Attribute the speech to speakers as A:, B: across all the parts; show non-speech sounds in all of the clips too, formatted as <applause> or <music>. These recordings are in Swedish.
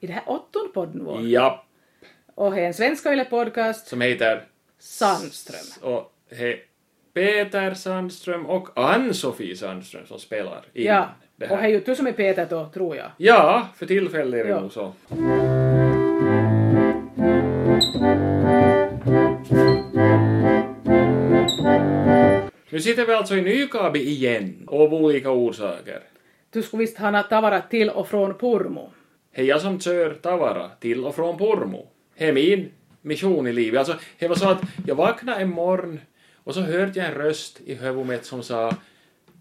A: i det här åttonde podden vår.
B: Ja,
A: Och det är en svenskojlig podcast,
B: som heter...
A: Sandström.
B: Och he, Peter Sandström och Ann-Sofie Sandström som spelar in
A: Ja,
B: det
A: och
B: här.
A: det är ju du som är Peter då, tror jag.
B: Ja, för tillfället är det
A: Ja.
B: nog så. Nu sitter vi alltså i Nykabi igen, av olika orsaker.
A: Du skulle visst ha tavarat till och från Purmo.
B: Hej jag som kör Tavara till och från Pormo. Det är min mission i livet. Alltså, det var så att jag vaknade en morgon och så hörde jag en röst i huvudet som sa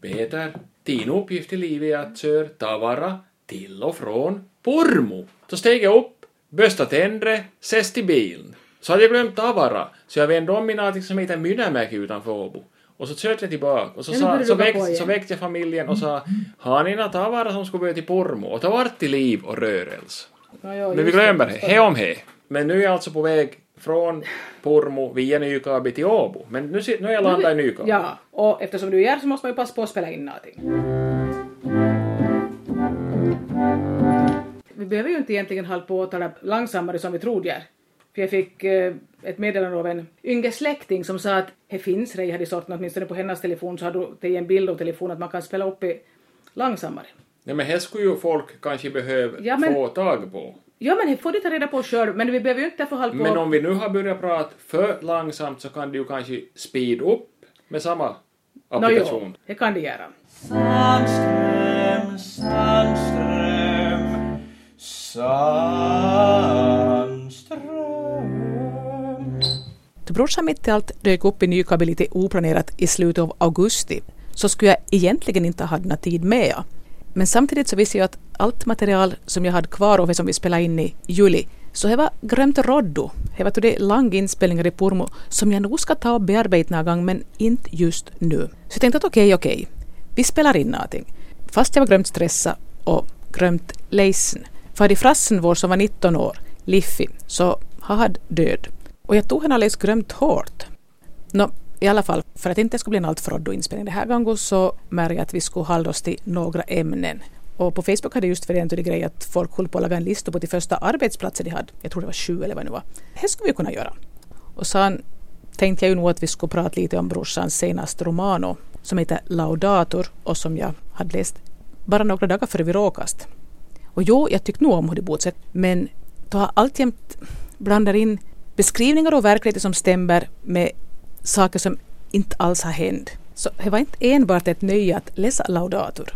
B: Peter, din uppgift i livet är att köra Tavara till och från Pormo. Så steg jag upp, böstade tänder, ses i bilen. Så hade jag glömt Tavara, så jag vände om mina till som heter Mynämäki utanför Åbo. Och så körde jag tillbaka och så,
A: Ja, nu börjar
B: sa,
A: du
B: så,
A: gå på
B: växt,
A: igen.
B: så väckte jag familjen och sa har ni några tavara som skulle börja till Pormo? Och ta vart till liv och rörelse.
A: Ja, ja,
B: Men vi
A: No just
B: glömmer det, he om he. Men nu är jag alltså på väg från Pormo via Nykabi till Åbo. Men nu, sit- nu är jag landat i Nykabi.
A: Ja, och eftersom du är här så måste man ju passa på att spela in någonting. Vi behöver ju inte egentligen hålla på och tala långsammare som vi trodde gör. För jag fick eh, ett meddelande av en yngre släkting som sa att det finns rej här i sorten, åtminstone på hennes telefon så har du det är en bild av telefonen att man kan spela upp i långsammare.
B: Nej men här skulle ju folk kanske behöva
A: Ja, men-
B: få tag på.
A: Ja men det får du ta reda på själv, men vi behöver ju inte få hålla på...
B: Men om vi nu har börjat prata för långsamt så kan du ju kanske speed upp med samma
A: Nå, jo,
B: applikation.
A: det kan det göra.
C: Sandström, Sandström, Sandström.
D: Brorsan mitt i allt dök upp i Nykabi lite oplanerat i slutet av augusti så skulle jag egentligen inte ha någon tid med. Jag. Men samtidigt så visste jag att allt material som jag hade kvar och det som vi spelade in i juli så det var grömt roddo. Det var till det lång inspelningar i Pormo som jag nog ska ta och bearbeta någon gång men inte just nu. Så jag tänkte att okej, okej, vi spelar in någonting. Fast jag var grömt stressad och grömt ledsen. För i frassen vår som var 19 år, Liffi, så han hade död. Och jag tog henne alldeles grömt hårt. Nå, i alla fall, för att det inte skulle bli en allt för inspelning den här gången så märkte jag att vi skulle hålla oss till några ämnen. Och på Facebook hade just förrän till grej att folk höll på att laga en lista på de första arbetsplatser de hade. Jag tror det var sju eller vad det nu var. Det skulle vi kunna göra. Och sen tänkte jag ju nog att vi skulle prata lite om brorsans senaste romano som heter Laudator och som jag hade läst bara några dagar före vi råkast. Och jo, jag tyckte nog om hur det bodde sig, men då har alltjämt blandar in beskrivningar och verkligheter som stämmer med saker som inte alls har hänt. Så det var inte enbart ett nöje att läsa Laudator.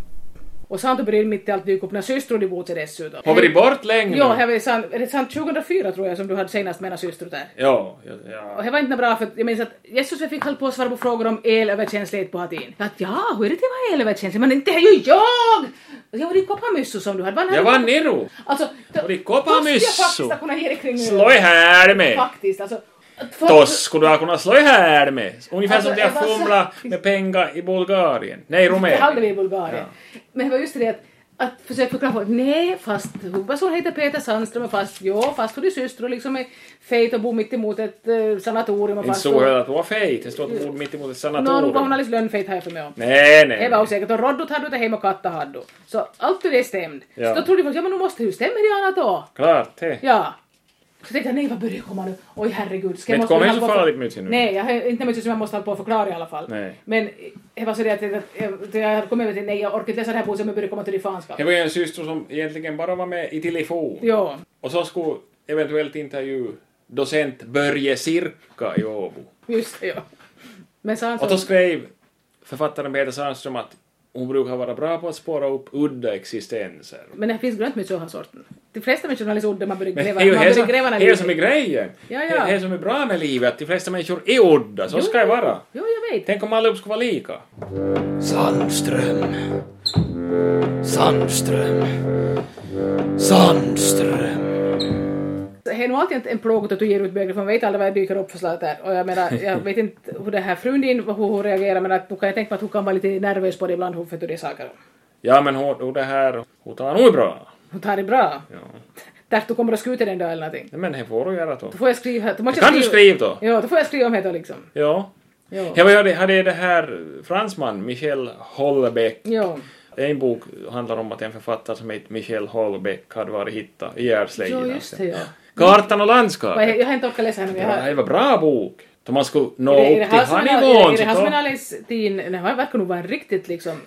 A: Och Santo Bryn mitt i allt dyker upp när systror i boet dessutom.
B: Har vi det bort länge
A: Jo,
B: nu?
A: här var ju sant, är det sant 2004 tror jag som du hade senast med ena syster där.
B: Ja, ja,
A: Och
B: ja.
A: det var inte bra för att jag minns att Jesus jag fick hålla på att svara på frågor om elöverkänslighet på hatin. Att ja, hur är det att vara elöverkänslig? Men inte är ju jag! Och Jag var din kopparmysso som du hade. Vad hade
B: Jag
A: du-
B: var Nero.
A: Alltså,
B: Var det kopparmysso?
A: Fast jag faktiskt har kunnat ge dig kring nu.
B: Slå i här med!
A: Faktiskt, alltså. att folk-
B: Tos skulle jag kunna slå i här med. Ungefär
A: Alltså,
B: som det jag
A: det var så-
B: fumlade med pengar i Bulgarien.
A: Det
B: Nej,
A: hade vi i
B: Rumänien.
A: Bulgarien. Men det var just det att att försöka förklara folk, nej fast Hubbasson heter Peter Sandström och fast ja, fast för din syster och liksom är fejt och bor mitt emot ett eh, sanatorium och
B: Inte
A: fast...
B: så höll att det var fejt. Det stod ett ord mitt emot ett
A: Nå, nu var hon
B: sanatorium.
A: alldeles lönnfejt har jag för mig om.
B: Nej, nej.
A: Det var osäkert. Och Roddot hade du inte hem och Katta hade du. Så allt det stämde.
B: Ja.
A: Så då trodde folk, ja men nu måste ju stämma det annat då.
B: Klart det.
A: Ja. Så tänkte jag, nej vad börjar jag komma nu? Oj herregud. Ska jag
B: Men
A: måste
B: kom
A: jag
B: inte så
A: hålla på-
B: farligt mycket nu.
A: Nej, jag har inte mycket som jag måste hålla på och förklara i alla fall.
B: Nej.
A: Men det var så det att jag, jag, jag kom över till, nej jag orkar inte läsa det här boken, jag börjar komma till det fanskap.
B: Det var ju en syster som egentligen bara var med i telefon.
A: Ja.
B: Och så skulle eventuellt intervju docent Börje Sirkka i Åbo.
A: Just det, ja. Men så han
B: Och
A: så,
B: då skrev författaren Peter Sandström att hon brukar vara bra på att spåra upp udda existenser.
A: men det finns grönt med sådana sorten. De flesta människorna är så udda, man börjar
B: Men
A: gräva.
B: det är ju
A: man
B: det som,
A: börjar gräva när
B: det är
A: det-
B: som är grejen.
A: Ja, ja.
B: Det är det som är bra med livet, att de flesta människor är udda. Så ska det vara.
A: Jo, jag vet.
B: Tänk om allihop skulle vara lika.
C: Sandström. Sandström. Sandström.
A: Det är nog alltid en plåga att du ger ut böcker för man vet aldrig vad det dyker upp för slags där. Och jag menar, jag vet inte hur det här frun din, hur hon reagerar men att, nu kan jag tänka mig att hon kan vara lite nervös på det ibland, hur vet du det är saker.
B: Ja, men hon, hon det här, hon tar nog bra.
A: Hon tar det bra.
B: Ja.
A: Därför du kommer att skjuta den då eller någonting.
B: Nej, Men det får hon göra då.
A: Då får jag skriva, då måste
B: Kan
A: jag
B: du skriva då?
A: Ja, då får jag skriva om det då liksom.
B: Ja.
A: Jo.
B: Jag hade, hade det här fransman, Michel Hollebeck,
A: Jo.
B: En bok handlar om att en författare som heter Michel Houellebecq hade varit hittad ihjälslägen.
A: Jo, just det, ja.
B: Kartan och
A: Vad är-
B: landskapet.
A: Jag har inte orkat läsa henne. men
B: Det
A: jag har-
B: var en bra bok. Då man skulle nå
A: Är det- är det
B: upp till
A: han som
B: han
A: är- är det-
B: nivån.
A: Är det han
B: så
A: som är
B: då-
A: Alice din... Nej, han verkar nog vara en riktigt liksom...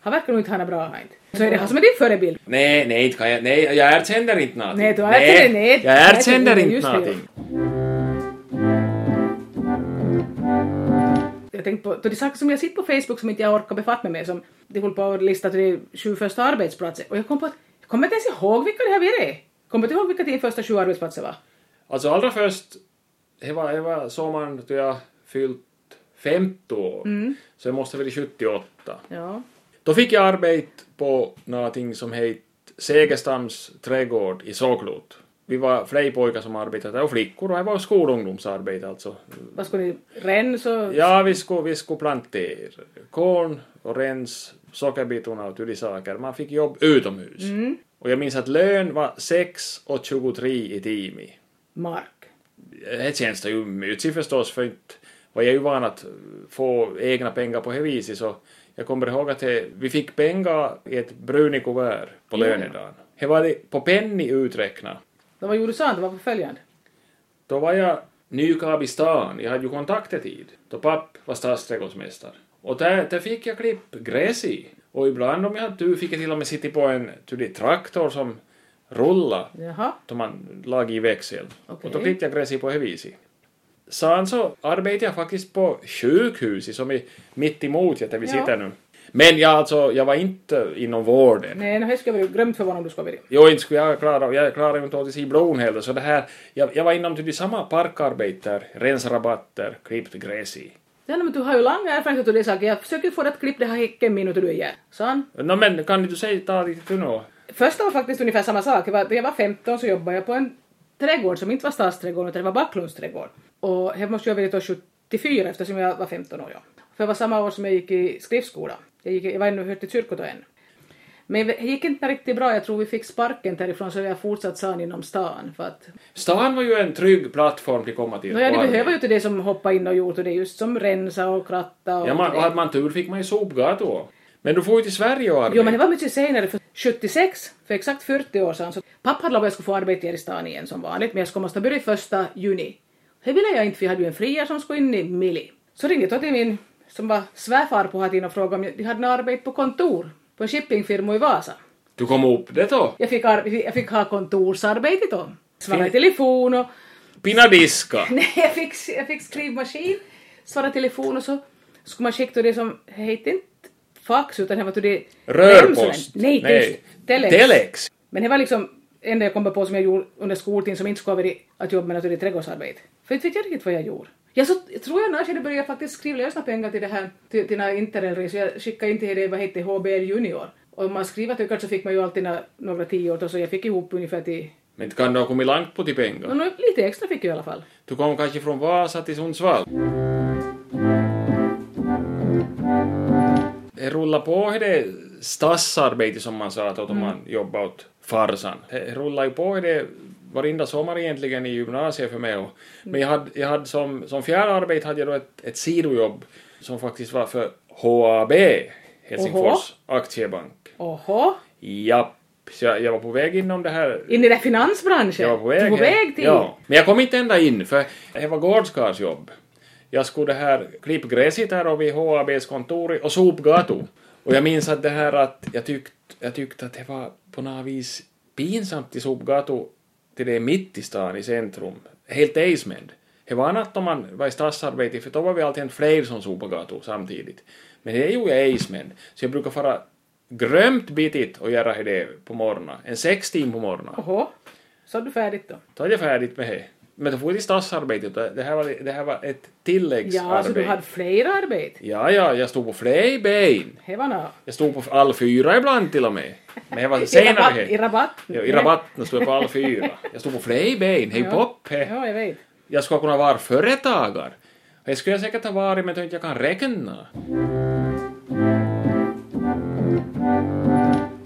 A: Han verkar nog inte ha något bra. han inte. Så är det han som är din förebild?
B: Nej, nej, inte kan jag, nej, jag erkänner inte någonting.
A: Nej, du erkänner- nej,
B: jag
A: jag
B: erkänner
A: erkänner
B: inte
A: just det, ja.
B: någonting.
A: Jag tänkte på... då Det är saker som jag sitter på Facebook som inte jag orkar befatta mig med. Som det håller på att lista till de sju första arbetsplatser. Och jag kom på att... Jag kommer inte ens ihåg vilka det här vi är. Kommer du inte ihåg vilka de första sju arbetsplatser var?
B: Alltså allra först, det var, det var sommaren då jag fyllt 50 år,
A: Mm.
B: så jag måste ha varit 78.
A: Ja.
B: Då fick jag arbete på någonting som hette Segerstams trädgård i Såklot. Vi var flera pojkar som arbetade där och flickor och det var skolungdomsarbete alltså.
A: Vad skulle ni... Rensa? och-
B: Ja, vi skulle, vi skulle plantera korn och rens sockerbitorna och till saker. Man fick jobb utomhus. Och jag minns att lön var 6 och 23 i timmen.
A: Mark.
B: Det känns det ju mysigt förstås, för inte var jag ju van att få egna pengar på det viset, så jag kommer ihåg att det, vi fick pengar i ett bruni kuvert på lönedagen. Det var det på penny uträknat.
A: Det var Jordosand, det var på följande.
B: Då var jag nykab i stan, jag hade ju kontakter tid, då papp var stadsträdgårdsmästare. Och där, där fick jag klipp gräs i. Och ibland om jag hade tur fick jag till och med sitta på en till det traktor som rullade
A: Jaha.
B: då man lagade i växel.
A: Okej.
B: Och då klippte jag gräset på det viset. Sen så arbetade jag faktiskt på sjukhuset som är mitt emot där vi
A: Ja.
B: sitter nu. Men jag, alltså, jag var inte inom vården.
A: Nej, nu här skulle jag bli glömt för vad om du ska vara det.
B: Jag inte skulle jag klara, jag klarade ju inte att i bron heller, så det här, jag, jag var inom till de samma parkarbete, rensrabatter, klippt gräs i.
A: Ja, men du har ju lång erfarenhet av det saker. Jag försöker få det att klippa det här häcken min och du igen. Sån.
B: Nå men, kan inte du säga, ta lite till nu?
A: Första var faktiskt ungefär samma sak. Det var, när jag var 15 så jobbade jag på en trädgård som inte var stadsträdgården utan det var Backlunds trädgård. Och här måste jag ha varit då 74 eftersom jag var 15 år. Ja. För det var samma år som jag gick i skriftskola. Jag, gick, jag var ännu hört till kyrkot än. Men det gick inte riktigt bra. Jag tror vi fick sparken därifrån så jag fortsatt san inom stan. För att,
B: Stan var ju en trygg plattform till att komma till.
A: nåja,
B: på
A: det
B: arbetet.
A: behöver ju inte det som hoppa in och gjort och det är just som rensa och kratta och
B: Ja, man,
A: allt
B: och
A: det.
B: hade man tur fick man ju sopgator. Men du får ju till Sverige och arbeta.
A: Jo, men det var mycket senare, för 76, för exakt 40 år sedan, så pappa hade lovat att jag skulle få arbete här i stan igen som vanligt, men jag skulle måste börja i första juni. Det ville jag inte, för jag hade ju en friare som skulle in i Mili. Så ringde jag då till min, som var svärfar på Hatin och frågade om jag- jag hade något arbete på kontor, på en shippingfirma i Vasa.
B: Du kom upp det då?
A: Jag fick, ar- jag fick ha kontorsarbete då. Svara i telefon <laughs> och
B: Pinadiska.
A: Nej, jag fick, jag fick skrivmaskin, svara telefon och så skulle man skicka det som det hette inte fax utan det var det
B: Rörpost.
A: Nej, Nej. Telex.
B: Telex.
A: Men det var liksom enda jag kom på som jag gjorde under skoltiden som inte skulle ha varit att jobba med naturligt trädgårdsarbete. För inte vet jag riktigt vad jag gjorde. Jag så, jag tror jag när jag började faktiskt skriva lösa pengar till det här, till, till några interrailresor. Jag skickade in till det, vad hette HBL Junior. Och om man skriver tycker så fick man ju alltid några, några tio år så jag fick ihop ungefär till,
B: Men inte kan du ha kommit långt på till
A: ja.
B: pengar.
A: lite extra fick jag i alla fall.
B: Du kom kanske från Vasa till Sundsvall. Det rullar på i det stadsarbete som man sa att om man jobbar åt farsan. Det rullar ju på i det varenda sommar egentligen i gymnasiet för mig. Och, men jag hade, jag hade som, som fjärde arbete hade jag då ett, ett sidojobb som faktiskt var för HAB, Helsingfors Aktiebank.
A: Oho.
B: Japp, så jag, jag var på väg inom det här
A: In i den finansbranschen?
B: Jag var på väg,
A: Du var på
B: hem.
A: väg till?
B: Ja. Men jag kom inte ända in, för det var gårdskarls jobb. Jag skulle det här klippa gräset här och vid HABs kontor och sopgator. Och jag minns att det här att jag tyckte jag tyckte att det var på något vis pinsamt i sopgator till det är mitt i stan, i centrum. Helt ejsmed. Det var annat om man var i stadsarbete, för då var vi alltid fler som sopade gator samtidigt. Men det gjorde jag ejsmed, så jag brukar fara grömt bitigt och göra det på morgonen. En sex timmar på morgonen.
A: Oho. Så är du färdigt då?
B: Då är jag färdigt med det. Men då får vi stadsarbetet. Det här var, det här var ett tilläggsarbete.
A: Ja, så du hade flera arbeten?
B: ja, ja, jag stod på flera ben.
A: Det var nå.
B: Jag stod på all fyra ibland till och med. Men jag var
A: <laughs> I rabatt?
B: senare.
A: I rabatt?
B: Ja, I rabatten stod jag på all fyra. Jag stod på flera ben. Hej
A: Ja.
B: pop! he.
A: Ja, jag vet.
B: Jag skulle kunna vara företagare. Det skulle jag säkert ha varit, men jag tror inte jag kan räkna.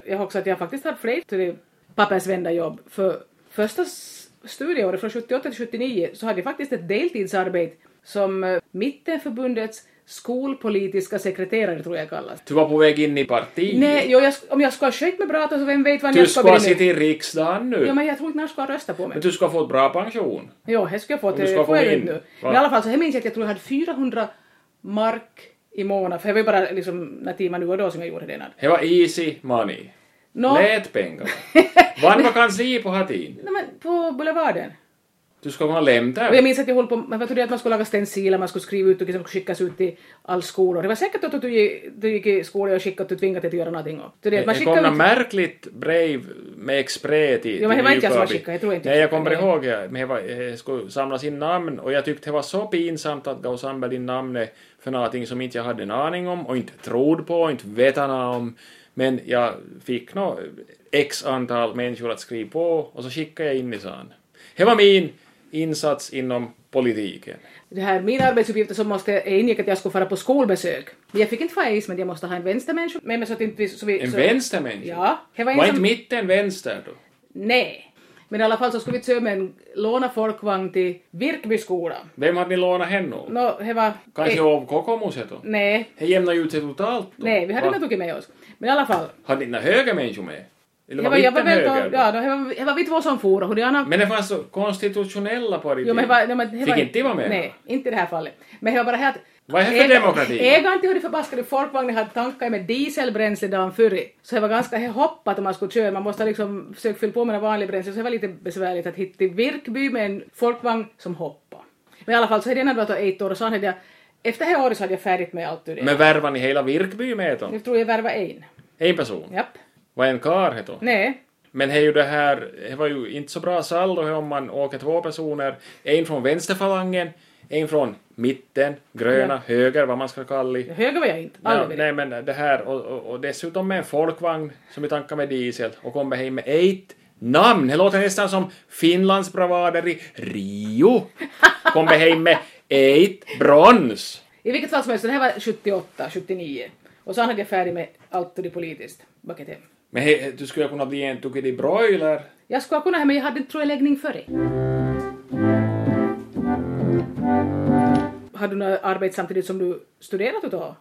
A: Jag har också att jag faktiskt haft flera till det pappersvända jobb. För första s- studieåret, från 78 till 79, så hade jag faktiskt ett deltidsarbete som eh, Mittenförbundets skolpolitiska sekreterare tror jag kallas.
B: Du var på väg in i partiet.
A: Nej, jo, jag, om jag skulle ha skött mig bra så vem vet vad
B: du
A: jag
B: ska ha
A: skulle
B: sitt
A: bli
B: i riksdagen nu.
A: nu. Ja, men jag tror inte någon skulle ha röstat på mig.
B: Men du ska få ett bra pension.
A: Jo, det skulle jag få.
B: du
A: Det
B: ska få
A: får jag ju
B: in.
A: inte nu.
B: Va?
A: Men i alla fall så här minns jag att jag tror jag hade 400 mark i månaden. För det var ju bara liksom när timmen nu och då som jag gjorde det. när-
B: Det var easy money.
A: Nå,
B: Lät pengar. Vann var kansli på hatin.
A: nej, men på Boulevarden.
B: Du ska vara lämta.
A: Och jag minns att jag höll på men jag trodde att man skulle laga stenciler, man skulle skriva ut och liksom skickas ut till all skolor. Det var säkert att du gick, du gick i skolan och skickade att du tvingade dig att göra någonting. Och- Så det, man
B: Det kom
A: skickade
B: något
A: ut...
B: märkligt brev med express till
A: Ja, men det var inte jag som
B: Nykabi.
A: var skickad, jag tror inte
B: Nej, jag
A: jag
B: kommer
A: skickade.
B: ihåg det. Men det var, eh, jag skulle samla sin namn och jag tyckte det var så pinsamt att gå och samla din namn eh, för någonting som inte jag hade en aning om och inte trodde på och inte veta något om. Men jag fick nå x antal människor att skriva på och så skickade jag in i sån. Det var min insats inom politiken.
A: det här, mina arbetsuppgifter som måste, jag ingick att jag skulle fara på skolbesök. Men jag fick inte fara is, men jag måste ha en vänstermänniska med mig så att inte vi... Så vi
B: En
A: så,
B: vänstermänniska?
A: Ja. Det var en
B: Var
A: som-
B: inte mitten vänster då?
A: Nej. Men i alla fall så skulle vi till Sömen låna folkvagn till Virkbyskolan.
B: Vem hade ni lånat henne av?
A: Nå, det var...
B: Kanske
A: eh,
B: av Kokomuset då?
A: Nej,
B: Det jämnade ut sig totalt då.
A: nej, vi hade
B: Va?
A: inte tagit med oss. Men i alla fall.
B: Hade ni några höga människor med? Eller
A: Det
B: var
A: var, jag var
B: mitten
A: väl
B: höger?
A: då,
B: då?
A: ja, då, det var, det var vi två som for och Hudiana...
B: Men det fanns så konstitutionella på det
A: Jo, men det var, nej, men det
B: Fick
A: var,
B: inte de vara med?
A: Nej, inte i det här fallet. Men det var bara här att...
B: Vad är det för
A: Äga-
B: demokrati?
A: Ägaren till hur de förbaskade folkvagnen hade tankat med dieselbränsle dagen före. Så det var ganska det hoppat om man skulle köra. Man måste liksom försöka fylla på med vanlig bränsle. Så det var lite besvärligt att hitta till Virkby med en folkvagn som hoppar. Men i alla fall så är det när det var ett år och så hade jag... Efter det här året så hade jag färdigt med allt ur det.
B: Men värvade ni hela Virkby med då?
A: Nu tror jag värva en.
B: En person?
A: Japp.
B: Var en karl hette hon?
A: Nej.
B: Men det är ju det här, det var ju inte så bra saldo här om man åker två personer. En från vänsterfalangen, en från mitten, gröna, höger, vad man ska kalla det.
A: Höger var jag inte.
B: Ja,
A: Aldrig. varit.
B: nej men det här och, och, och dessutom med en folkvagn som vi tankar med diesel och kommer hem med ett namn. Det låter nästan som Finlands bravader i Rio. Kommer hem med ett brons.
A: I vilket fall som helst, så det här var 78, 79. Och sen hade jag färdig med allt ur det politiskt. Bucket hem.
B: Men he, du skulle kunna bli en Tukidi Broiler.
A: Jag skulle kunna, men jag hade inte tror jag läggning för det. Har du något arbete samtidigt som du studerat utav?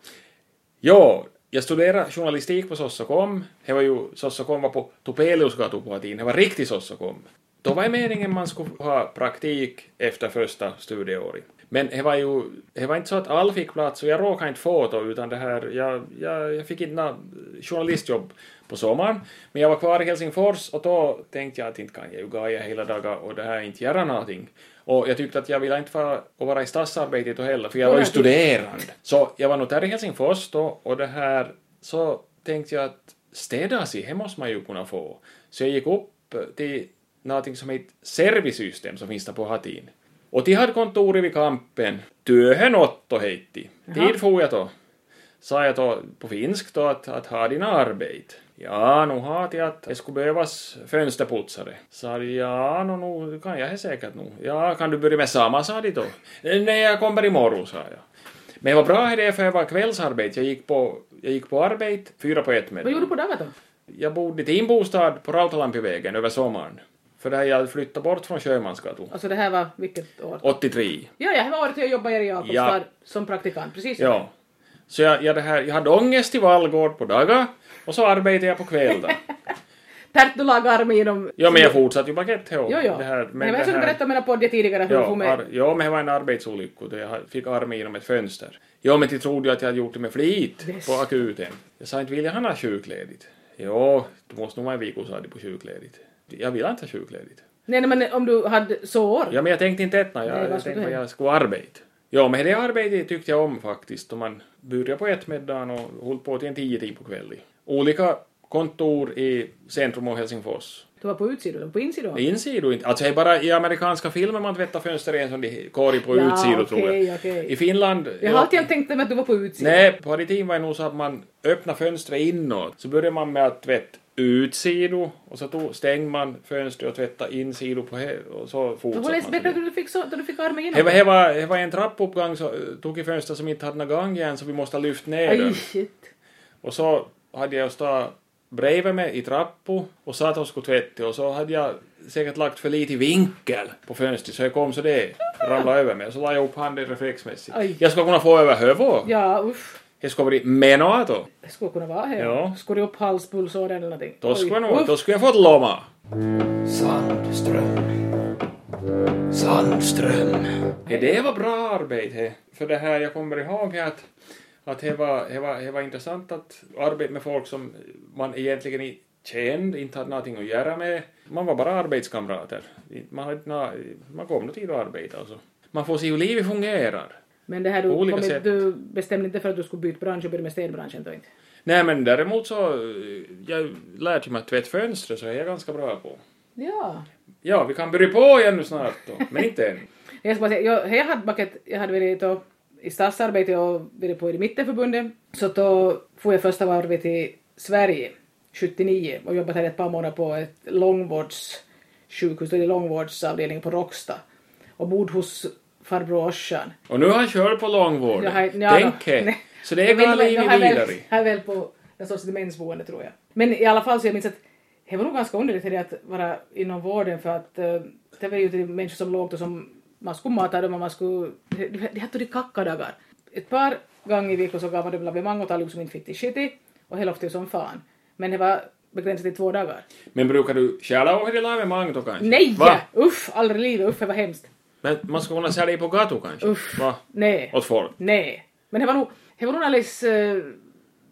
B: Ja, jag studerade journalistik på Sossokom. Det var ju, Sossokom var på Topeliusgatan på latin. Det var riktigt Sossokom. Då var det meningen man skulle ha praktik efter första studieåret. Men det var ju det var inte så att all fick plats och jag råkade inte få då, utan det här, jag, jag, jag fick inte något journalistjobb på sommaren. Men jag var kvar i Helsingfors och då tänkte jag att inte kan jag ju gaja hela dagar och det här är inte göra någonting. Och jag tyckte att jag ville inte vara, och vara i stadsarbetet och heller, för jag var ju studerande. Så jag var nog där i Helsingfors då och det här, så tänkte jag att städa sig, det måste man ju kunna få. Så jag gick upp eh, till någonting som heter Servicesystem som finns där på Hatin. Och de hade kontoret vid kampen. Työhön Otto heitti. Dit for jag då sa jag då på finsk då att, att ha dina arbete. Ja, nu har jag att det skulle behövas fönsterputsare. Sa de, ja, no, nu kan jag det säkert nu. Ja, kan du börja med samma, sa de då. Eh, Nej, jag kommer imorgon, sa jag. Men det var bra det, för jag var kvällsarbete. Jag gick på, jag gick på arbete fyra på ett med
A: Vad gjorde du på dagen då?
B: Jag bodde i timbostad på Rautalampivägen över sommaren. För där jag flyttade bort från Sjömansgatan.
A: Alltså det här var vilket år?
B: 83.
A: Ja, ja, det var året jag jobbade i Jakobstad
B: Ja.
A: som praktikant, precis.
B: Ja. Så jag, jag, det här, jag hade ångest i Vallgård på dagar och så arbetade jag på kvällar.
A: Perttulagarmi genom...
B: Ja, men jag fortsatte ju paket
A: Jo, jo.
B: Det här,
A: Nej, men jag skulle berätta om mina poddar tidigare hur jag
B: ja,
A: får
B: ar,
A: med...
B: ja, men det var en arbetsolycka då jag ha- fick armen genom ett fönster. Ja, men de trodde ju att jag hade gjort det med flit
A: Yes.
B: på akuten. Jag sa inte, vill jag ha sjukledigt? Ja, du måste nog vara en vecka, sa de, på sjukledigt. Jag vill inte ha sjukledigt.
A: Nej, nej, men om du hade sår?
B: Ja, men jag tänkte inte etna. Jag,
A: Nej, vad
B: jag
A: skulle
B: tänkte att
A: du?
B: jag skulle arbeta. Ja, men det arbetet tyckte jag om faktiskt. Då man började på ett middagen och höll på till en tio tid på kvällen. Olika kontor i centrum av Helsingfors.
A: Du var på utsidan, eller på insidan?
B: Insidor inte. Alltså det är bara i amerikanska filmer man tvättar fönster i en sån där korg på
A: Ja,
B: utsidor tror
A: okej,
B: jag.
A: okej.
B: I Finland...
A: Jag
B: ja,
A: har alltid tänkt mig att du var på utsidan.
B: Nej, på det tiden var det nog så att man öppnade fönstret inåt. Så började man med att tvätta utsidor och så tog, stängde man fönstret och tvättade insidor på he- och så
A: Det
B: fortsatte
A: var
B: man.
A: nästan
B: så
A: bättre
B: där.
A: att du fick, så, då du fick armen
B: Det
A: genom.
B: var, det var, det var en trappuppgång så eh, tog i fönster som inte hade någon gång igen så vi måste ha lyft ner
A: Aj,
B: den.
A: shit.
B: Och så hade jag stått bredvid mig i trappo och sa att hon skulle tvätta och så hade jag säkert lagt för lite vinkel på fönstret så jag kom så det ramlade över mig och så la jag upp handen reflexmässigt.
A: Aj.
B: Jag skulle kunna få över huvudet.
A: Ja, usch.
B: Jag skulle bli menato.
A: Det skulle kunna vara här.
B: Ja.
A: Skulle upp halspulsådern eller någonting.
B: Då skulle, jag
A: Oj,
B: nog,
A: uff.
B: då skulle jag fått lomma.
C: Sandström. Sandström.
B: Ja, det var bra arbete. he. För det här, jag kommer ihåg att, att det, var, det, var, det var intressant att arbeta med folk som man egentligen inte kände, inte hade någonting att göra med. Man var bara arbetskamrater. Man, hade, nå- man kom nog tid att arbeta alltså. Man får se hur livet fungerar.
A: Men det här du,
B: På olika
A: kommit,
B: sätt.
A: du bestämde inte för att du skulle byta bransch och börja med städbranschen då inte?
B: Nej men däremot så, eh, jag lärde mig att tvätta fönster så är jag ganska bra på.
A: Ja.
B: Ja, vi kan börja på igen nu snart då, men inte än.
A: Jag ska bara säga, jag, jag hade bakat, jag hade varit då, i stadsarbete och varit på i det mittenförbundet. Så då får jag första varvet till Sverige 79 och jobbat här ett par månader på ett långvårdssjukhus, då är det långvårdsavdelningen på Råcksta. Och bodde hos farbror Orsan.
B: Och nu har han kört på långvården.
A: Jag har- ja,
B: Tänk
A: då.
B: he.
A: Nej.
B: Så det
A: Jag vet
B: är
A: inte, jag
B: livet
A: har väl-
B: vidare.
A: Jag är väl på en sorts demensboende tror jag. Men i alla fall så jag minns att det var nog ganska underligt det att vara inom vården för att eh, det var ju till människor som låg och som man skulle mata dem och man skulle... Det det hette de kackadagar. Ett par gånger i veckan så gav man dem lavemang åt alla som inte fick till shit i och det luftade ju som fan. Men det var begränsat till två dagar.
B: Men brukar du själv åka till evenemang då kanske?
A: Nej!
B: Va?
A: Uff, aldrig i livet. Uff, det var hemskt.
B: Men man ska kunna sälja på gatan kanske?
A: Uff.
B: Va?
A: Nej.
B: Åt folk?
A: Nej, men det var nog, det var nog alldeles eh,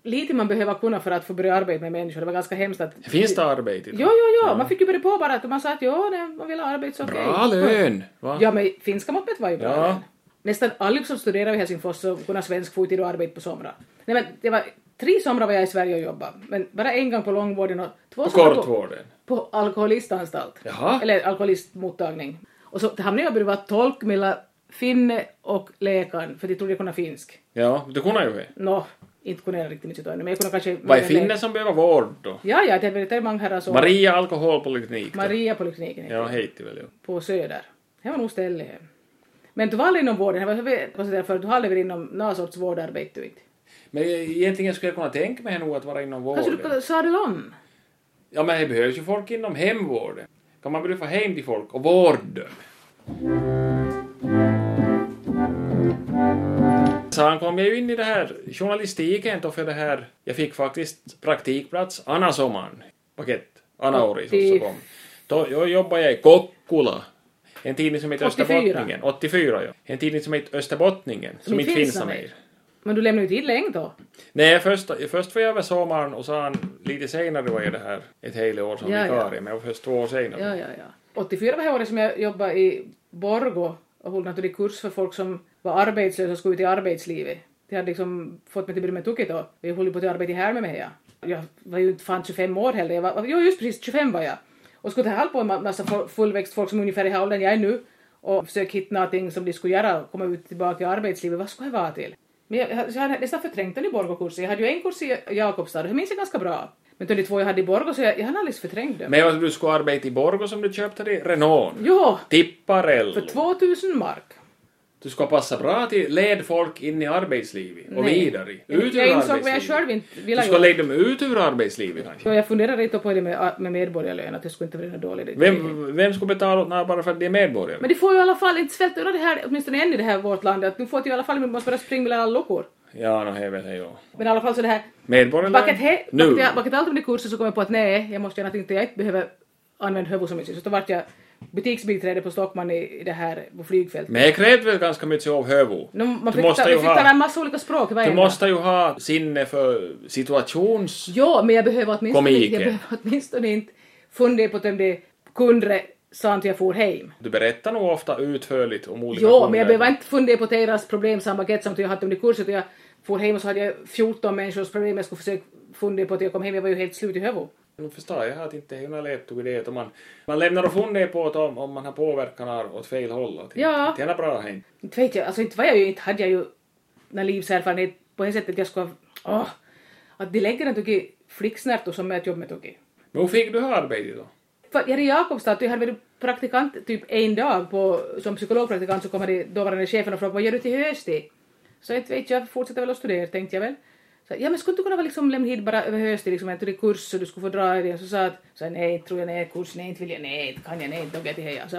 A: lite man behöver kunna för att få börja arbeta med människor. Det var ganska hemskt att...
B: Finns det arbete?
A: Jo, jo, jo, man fick ju börja på bara att man sa att ja, nej, man vill ha arbete så okej.
B: Bra lön! Va?
A: Ja, men finska måttet var ju bra
B: Ja.
A: lön. Nästan alla som studerade i Helsingfors så kunde svensk få tid och arbeta på somrar. Nej, men det var tre somrar var jag i Sverige och jobbade, men bara en gång på långvården och två
B: På
A: somrar
B: kortvården?
A: på alkoholistanstalt.
B: Jaha.
A: Eller alkoholistmottagning. Och så hamnade jag och började vara tolk mellan finne och läkaren, för de trodde jag kunde finsk.
B: Ja, du kunde ju det.
A: Nå, inte kunde jag riktigt mitt utöver, men jag kunde kanske...
B: Vad är finnen som behöver vård då?
A: Ja, ja, det är väl det är många herrar som...
B: Maria alkoholpoliklinik? då?
A: Maria på kliniken
B: Ja, hejti väl ja.
A: på Söder. Det var nog ställe. Men du var aldrig inom vården, det var jag konstaterade förut, du har aldrig varit inom någon sorts vårdarbete du inte.
B: Men egentligen skulle jag kunna tänka mig nog att vara inom
A: Kanske
B: vården.
A: du sadel om?
B: Ja, men det behövs ju folk inom hemvården. Kan man börja få hem till folk och vård? Sen kom jag ju in i det här journalistiken då för det här. Jag fick faktiskt praktikplats Anna sommaren. Paket Anna Oris också kom. Då jag jobbade jag i Kokkula. En tidning som heter
A: 84.
B: Österbottningen. 84 ja. En tidning som heter Österbottningen. Som, inte finns mer.
A: Men du lämnade ju tid länge då.
B: Nej, först, först var jag över sommaren och sen lite senare var jag det här ett helt år som
A: Ja, ja.
B: vikarie, men jag var först två år senare.
A: Ja, ja, ja. 84 var det året som jag jobbade i Borgo och höll naturlig kurs för folk som var arbetslösa och skulle ut i arbetslivet. De hade liksom fått mig till Brummen Tukit då. Jag höll ju på att arbeta här med mig. Ja. Jag var ju inte fan 25 år heller. Jag var, jo, just precis 25 var jag. Och skulle ta halv på en ma- massa fol- fullväxt folk som ungefär i här åldern jag är nu och försöka hitta någonting som de skulle göra och komma ut tillbaka i arbetslivet. Vad skulle det vara till? Men jag, så jag hade nästan förträngt den i Borgå-kursen. Jag hade ju en kurs i Jakobstad och det minns jag ganska bra. Men de två jag hade i Borgå så jag, jag hade alldeles förträngt dem.
B: Men vad du skulle arbeta i Borgå som du köpte dig, Renault,
A: Jo,
B: Tipparello.
A: för 2000 mark.
B: Du ska passa bra till led folk in i arbetslivet och
A: Nej.
B: vidare. Ut
A: Jag-
B: ur
A: jag insåg
B: arbetslivet.
A: vad jag själv inte ville
B: Du ska
A: göra.
B: leda dem ut ur arbetslivet kanske.
A: Så jag funderade lite på det med, äh, med medborgarlön, att det skulle inte vara något dåligt.
B: Vem, vem skulle betala åt några bara för att de är medborgare?
A: Men de får ju i alla fall inte svälta under det här, åtminstone än i det här vårt land, att nu får de i alla fall, man måste bara springa mellan alla luckor.
B: Ja, nå, det vet jag ju.
A: Men i alla fall så det här,
B: Medborgarlön?
A: bakat, he,
B: Nu.
A: bakat, jag- bakat allt om de kurser så kom jag på att nej, jag måste göra någonting till jag inte behöver använda huvud så mycket. Så då vart jag butiksbiträde på Stockman i, i det här, på flygfältet.
B: Men det krävde väl ganska mycket av huvud?
A: Nu, man
B: Du
A: fick,
B: måste
A: ta,
B: ju
A: vi fick
B: ha-
A: tala en massa olika språk varje
B: Du måste ju ha sinne för situations...
A: Ja, men jag behöver åtminstone,
B: Komiker.
A: jag behöver åtminstone inte fundera på att om det kunde samt jag for hem.
B: Du berättar nog ofta utförligt om olika
A: Jo,
B: kunder.
A: men jag behöver inte fundera på deras problem samma sätt som jag hade under kursen. Jag for hem och så hade jag 14 människors problem jag skulle försöka fundera på att jag kom hem. Jag var ju helt slut i huvudet.
B: Nu förstår jag att inte hon har levt och det. och Man, man lämnar och funderar på att om, om man har påverkan här åt fel håll. Att
A: Ja.
B: Det är bra hänt.
A: Inte vet jag, alltså inte var jag ju, inte hade jag ju någon livserfarenhet på det sättet jag skulle ha... Åh! att de lägger en tuggi flicksnärtor som jag jobbar med tuggi.
B: Men hur fick du ha arbete då?
A: För jag är i Jakobstad, jag hade varit praktikant typ en dag på, som psykologpraktikant så kom det dåvarande chefen och frågade vad gör du till höst i?" Så inte vet jag, fortsätter väl att studera tänkte jag väl. Så, ja men skulle du kunna vara liksom lämna hit bara över hösten liksom en till kurs så du skulle få dra i den? Så sa jag att så, här, nej, tror jag nej, kurs, nej, inte vill jag, nej, inte kan jag, nej, inte till heja. Så,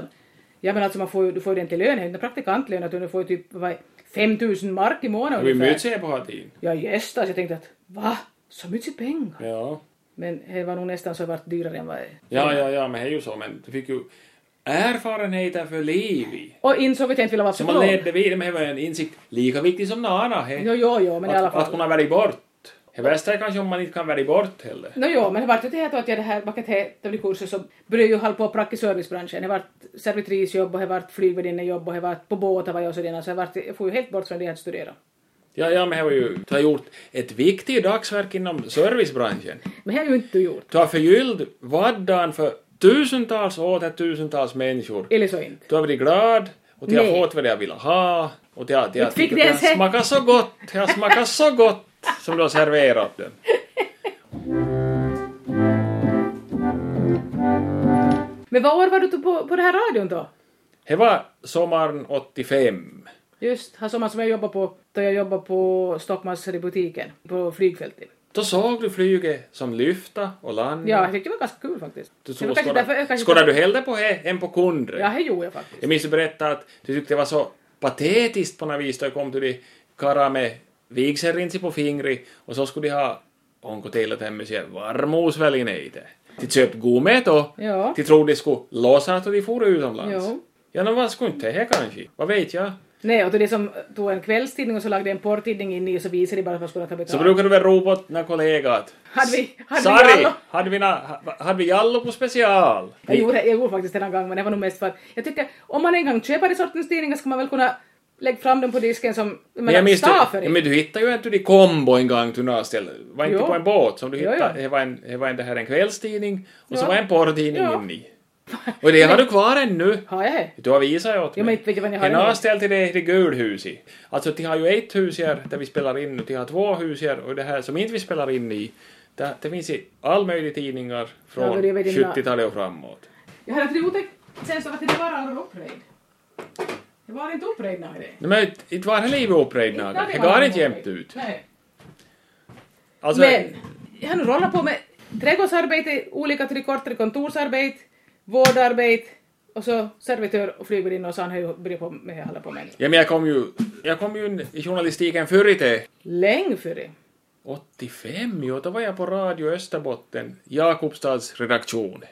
A: ja men alltså man får, ju- du får ju den till lön, det är ju inte praktikantlön, att du får ju typ vad, 5000 mark i månaden
B: Vi
A: ungefär.
B: möts här på Hatin.
A: Ja gästas, jag tänkte att va? Så mycket pengar?
B: Ja.
A: Men det var nog nästan så vart dyrare än vad
B: Ja, ja, ja, men det är ju så. Men du fick ju erfarenheter för livet.
A: Och insåg att jag inte ville vara
B: Som man
A: psykolog.
B: ledde vidare med det var en insikt lika viktig som någon annan. he.
A: Jo, jo, jo, men i alla
B: Att, att
A: fall.
B: kunna välja bort. Det värsta är kanske om man inte kan välja bort heller.
A: Nå jo, men det vart ju det här då att jag det här vackert här, det blir kurser så började jag ju hålla på och pracka i servicebranschen. Det vart servitrisjobb och det vart flygvärdinnejobb och det vart på båtar var jag och sådana. Så det vart, jag får ju helt bort från det jag hade studerat.
B: Ja, ja, men det var ju... Du har gjort ett viktigt dagsverk inom servicebranschen.
A: Men det har ju inte du gjort.
B: Du har förgyllt vardagen för tusentals och åter tusentals människor.
A: Eller så inte.
B: Du har blivit glad och du
A: Nej.
B: har fått vad jag ville ha. Och det har, det har,
A: Inte fick
B: det
A: det ens
B: har
A: he-
B: smakat så gott, det har smakat så gott som du har serverat den.
A: Men vad år var du på, på det här radion då?
B: Det var sommaren 85.
A: Just, här sommaren som alltså jag jobbade på, då jag jobbade på Stockmassor i butiken, på flygfältet.
B: Då såg du flyget som lyfta och landa.
A: Ja, jag tyckte det var ganska kul faktiskt.
B: Du
A: Det var
B: såg
A: kanske därför jag
B: skådade
A: kanske-
B: skådade du hellre på det än på kundret.
A: Ja, det gjorde jag faktiskt.
B: Jag minns du berättade att du tyckte det var så patetiskt på något vis då jag kom till de karra med vigselrinsi på fingri och så skulle de ha onko teillä tämmöisiä varmuusvälineitä? De köpte gummet och
A: Ja.
B: de trodde de skulle låsa att de for utomlands.
A: Jo.
B: Ja, no, vad skulle inte det här kanske? Vad vet jag?
A: Nej, och det är som tog en kvällstidning och så lagde en porrtidning in i och så visade det bara att man skulle ta betalt.
B: Så brukar du väl ropa åt några kollegor att
A: Hade vi- hade vi
B: Sari,
A: jallo?"
B: hade vi, na, ha- hade vi jallo på special?
A: jag, gjorde, jag gjorde faktiskt det en gång, men det var nog mest för att jag tycker om man en gång köper den sortens tidningar ska man väl kunna lägga fram dem på disken som
B: Men jag
A: men
B: minns,
A: stav
B: du,
A: för
B: ja,
A: det.
B: men du hittade ju en till kombo en gång till några ställen. Var inte
A: Jo.
B: på en båt som du
A: Jo,
B: hittade?
A: jo.
B: Det var en, det var en, det här en kvällstidning och så
A: Ja.
B: var en porrtidning
A: Ja.
B: inne i. Och det har du kvar ännu.
A: Har jag det?
B: Du har visat åt
A: Jo, men inte vet jag vad ni har
B: En har
A: ännu.
B: ställt till det i det gulhuset. Alltså, de har ju ett hus här där vi spelar in och de har två hus här och det här som inte vi spelar in i. Där, det finns i all möjlig tidningar
A: Ja,
B: från
A: men det vet jag
B: 70-talet och framåt.
A: Jag hade inte otäckt sen så att det var aldrig uppröjd. Det var inte uppröjd när det.
B: Nej, Men inte var det livet uppröjd någon. Det går inte jämnt ut.
A: Nej.
B: Alltså,
A: Men jag har nu rollat på med trädgårdsarbete, olika till kortare kontorsarbete, vårdarbete och så servitör och flygvärdinna och så han har ju börjat på med alla på med.
B: Ja, men jag kom ju, jag kom ju in i journalistiken förr i tiden.
A: Länge före.
B: 85, jo, då var jag på Radio Österbotten, Jakobstads redaktion.